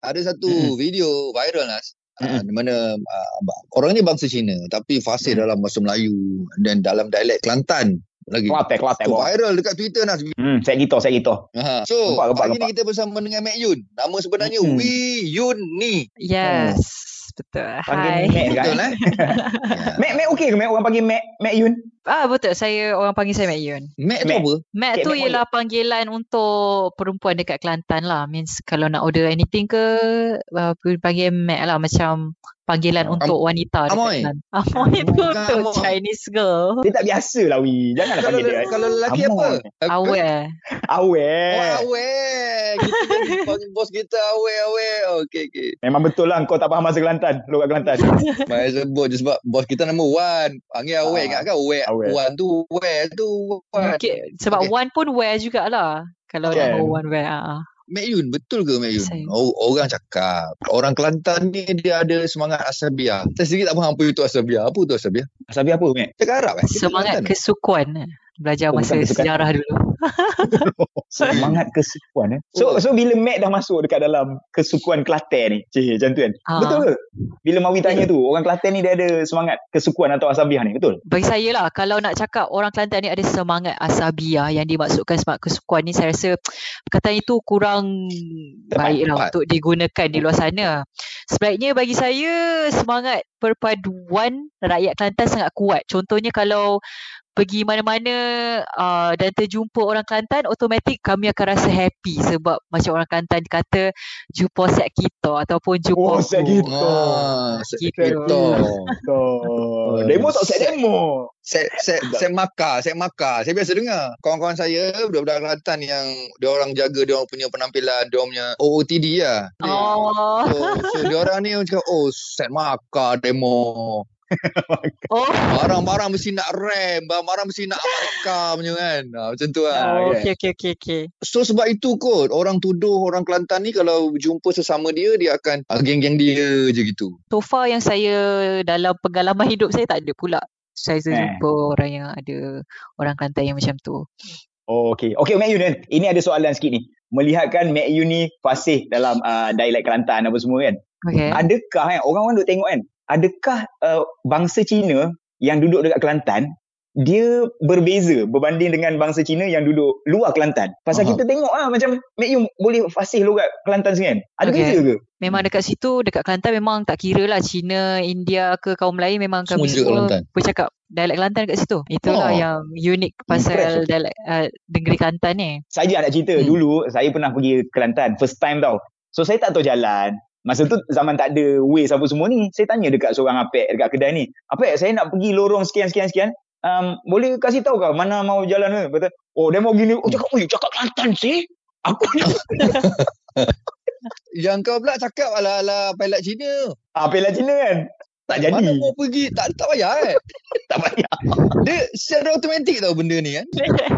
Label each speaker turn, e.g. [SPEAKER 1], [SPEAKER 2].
[SPEAKER 1] Ada satu
[SPEAKER 2] Mm-mm.
[SPEAKER 1] video viral Nas uh,
[SPEAKER 2] Mm-mm.
[SPEAKER 1] di mana uh, orang ni bangsa Cina tapi fasih
[SPEAKER 2] Hmm.
[SPEAKER 1] dalam bahasa Melayu dan dalam dialek Kelantan lagi.
[SPEAKER 2] Kelate, kelate.
[SPEAKER 1] Tu viral dekat Twitter Nas.
[SPEAKER 2] Hmm, saya gitu, saya gitu.
[SPEAKER 1] Ha. So,
[SPEAKER 2] Nampak, nampak,
[SPEAKER 1] hari ni kita bersama dengan Mek Yun. Nama sebenarnya
[SPEAKER 2] Mm-mm.
[SPEAKER 1] Wee Yun Ni.
[SPEAKER 3] Yes, betul.
[SPEAKER 2] Kan? Panggil
[SPEAKER 3] Hai.
[SPEAKER 2] Mac kan?
[SPEAKER 1] Betul eh? Ya.
[SPEAKER 2] Mac, Mac okey ke Mac? Orang panggil Mac, Mac Yun?
[SPEAKER 3] Ah betul, saya orang panggil saya Mat Yun.
[SPEAKER 1] Mek tu
[SPEAKER 2] Mek.
[SPEAKER 1] apa?
[SPEAKER 3] Mat
[SPEAKER 2] Okay,
[SPEAKER 3] tu
[SPEAKER 2] Mat
[SPEAKER 3] ialah panggilan untuk perempuan dekat Kelantan lah. Means kalau nak order anything ke uh, panggil Mat lah macam panggilan
[SPEAKER 2] Am-
[SPEAKER 3] untuk wanita dekat
[SPEAKER 1] Amoy.
[SPEAKER 3] Kelantan. Amoy tu
[SPEAKER 1] Bukan
[SPEAKER 3] tu
[SPEAKER 1] Amoy.
[SPEAKER 3] Chinese girl.
[SPEAKER 2] Dia tak biasa lah, Wi. Janganlah
[SPEAKER 1] Kalau
[SPEAKER 2] panggil dia. eh.
[SPEAKER 1] kalau lelaki apa?
[SPEAKER 2] Amoy.
[SPEAKER 3] Ah, Aware.
[SPEAKER 2] Awel.
[SPEAKER 1] Oh, awek. Kita jadi panggil bos kita awek awek. Okey okey.
[SPEAKER 2] Memang betul lah kau tak faham bahasa Kelantan. Logat Kelantan.
[SPEAKER 1] Mai sebut je sebab bos kita nama Wan. Panggil awek
[SPEAKER 2] Ah,
[SPEAKER 1] ingat kan awek.
[SPEAKER 2] awek.
[SPEAKER 1] Wan tu awek tu Wan.
[SPEAKER 3] Okay, sebab
[SPEAKER 1] Okay.
[SPEAKER 3] one pun wear jugalah. Kalau
[SPEAKER 2] Kan?
[SPEAKER 3] nama one wear. ah, ah.
[SPEAKER 1] Mek Yun betul ke Mek Yun?
[SPEAKER 3] Saya.
[SPEAKER 1] Oh, orang cakap orang Kelantan ni dia ada semangat asabiah. Saya sendiri tak faham apa itu asabiah. Apa tu asabiah?
[SPEAKER 2] Sabi apa, Mac?
[SPEAKER 1] Cakap Arab eh? Kita
[SPEAKER 3] Semangat
[SPEAKER 1] Kelantan.
[SPEAKER 3] kesukuan. Belajar
[SPEAKER 2] Oh,
[SPEAKER 3] masa
[SPEAKER 2] bukan kesukuan.
[SPEAKER 3] sejarah dulu.
[SPEAKER 2] Oh, Semangat kesukuan eh. So, so bila Mac dah masuk dekat dalam kesukuan Kelantan ni. Cik, macam tu kan?
[SPEAKER 3] Ah.
[SPEAKER 2] Betul ke? Bila Mawi tanya tu, orang Kelantan ni dia ada semangat kesukuan atau asabiah ni. Betul?
[SPEAKER 3] Bagi saya lah, kalau nak cakap orang Kelantan ni ada semangat asabiah yang dimaksudkan semangat kesukuan ni, saya rasa perkataan itu kurang
[SPEAKER 2] Tepat,
[SPEAKER 3] baik lah
[SPEAKER 1] tepat.
[SPEAKER 3] untuk digunakan di luar sana. Sebaiknya bagi saya, semangat perpaduan rakyat Kelantan sangat kuat. Contohnya kalau pergi mana-mana uh, dan terjumpa orang Kelantan, otomatik kami akan rasa happy sebab macam orang Kelantan kata, jumpa set kita ataupun
[SPEAKER 2] Oh,
[SPEAKER 3] jumpa
[SPEAKER 2] set
[SPEAKER 3] aku."
[SPEAKER 2] kita.
[SPEAKER 1] Ah, set
[SPEAKER 3] Kita.
[SPEAKER 1] kita.
[SPEAKER 2] So, demo tak set demo.
[SPEAKER 1] Set set set maka, set maka. Saya biasa dengar kawan-kawan saya budak-budak Kelantan yang dia orang jaga dia orang punya penampilan, dia orang punya OOTD lah.
[SPEAKER 3] Oh,
[SPEAKER 1] So, so diorang ni macam oh set maka demo.
[SPEAKER 3] oh,
[SPEAKER 1] Barang-barang mesti nak rem, barang-barang mesti nak marka punya kan. Ha, macam tu lah.
[SPEAKER 2] Ah,
[SPEAKER 3] oh,
[SPEAKER 2] yes.
[SPEAKER 3] okay, okay, okay, okay.
[SPEAKER 1] So sebab itu kot orang tuduh orang Kelantan ni kalau jumpa sesama dia dia akan ah, geng-geng dia je gitu.
[SPEAKER 3] So far yang saya dalam pengalaman hidup saya tak ada pula.
[SPEAKER 2] Eh.
[SPEAKER 3] Saya jumpa orang yang ada orang Kelantan yang macam tu.
[SPEAKER 2] Oh, okey. Okey, Mak Yun kan. Ini ada soalan sikit ni. Melihatkan Mak Yun ni fasih dalam uh, dialek Kelantan apa semua kan.
[SPEAKER 3] Okay.
[SPEAKER 2] Adakah kan, orang-orang duk tengok kan, adakah uh, bangsa Cina yang duduk dekat Kelantan, dia berbeza berbanding dengan bangsa Cina yang duduk luar Kelantan. Pasal
[SPEAKER 1] Faham.
[SPEAKER 2] kita tengok lah macam Mak Yun boleh fasih logat Kelantan sini kan. Ada
[SPEAKER 3] Okey.
[SPEAKER 2] beza ke?
[SPEAKER 3] Memang dekat situ, dekat Kelantan memang tak kira lah Cina, India ke kaum Melayu memang
[SPEAKER 1] Semua
[SPEAKER 3] kami
[SPEAKER 1] juga
[SPEAKER 3] semua
[SPEAKER 1] Kelantan.
[SPEAKER 3] bercakap dialek Kelantan dekat situ. Itulah
[SPEAKER 1] Oh.
[SPEAKER 3] yang unik pasal
[SPEAKER 2] Impressive.
[SPEAKER 3] dialek uh, negeri Kelantan ni.
[SPEAKER 2] Saja nak cerita
[SPEAKER 1] Hmm.
[SPEAKER 2] hmm. dulu saya pernah pergi Kelantan first time tau. So saya tak tahu jalan. Masa tu zaman tak ada ways apa semua ni. Saya tanya dekat seorang apek dekat kedai ni. Apek saya nak pergi lorong sekian sekian sekian. Um, boleh kasih tahu kah mana mau jalan ni? Kata, oh dia mau gini. Oh cakap, oi cakap Kelantan sih. Aku ni
[SPEAKER 1] Yang kau pula cakap ala-ala pilot Cina.
[SPEAKER 2] apek lah Cina kan. Tak jadi.
[SPEAKER 1] Mana mau pergi tak tak payah eh.
[SPEAKER 2] Tak payah.
[SPEAKER 1] Dia secara automatik tau benda ni kan.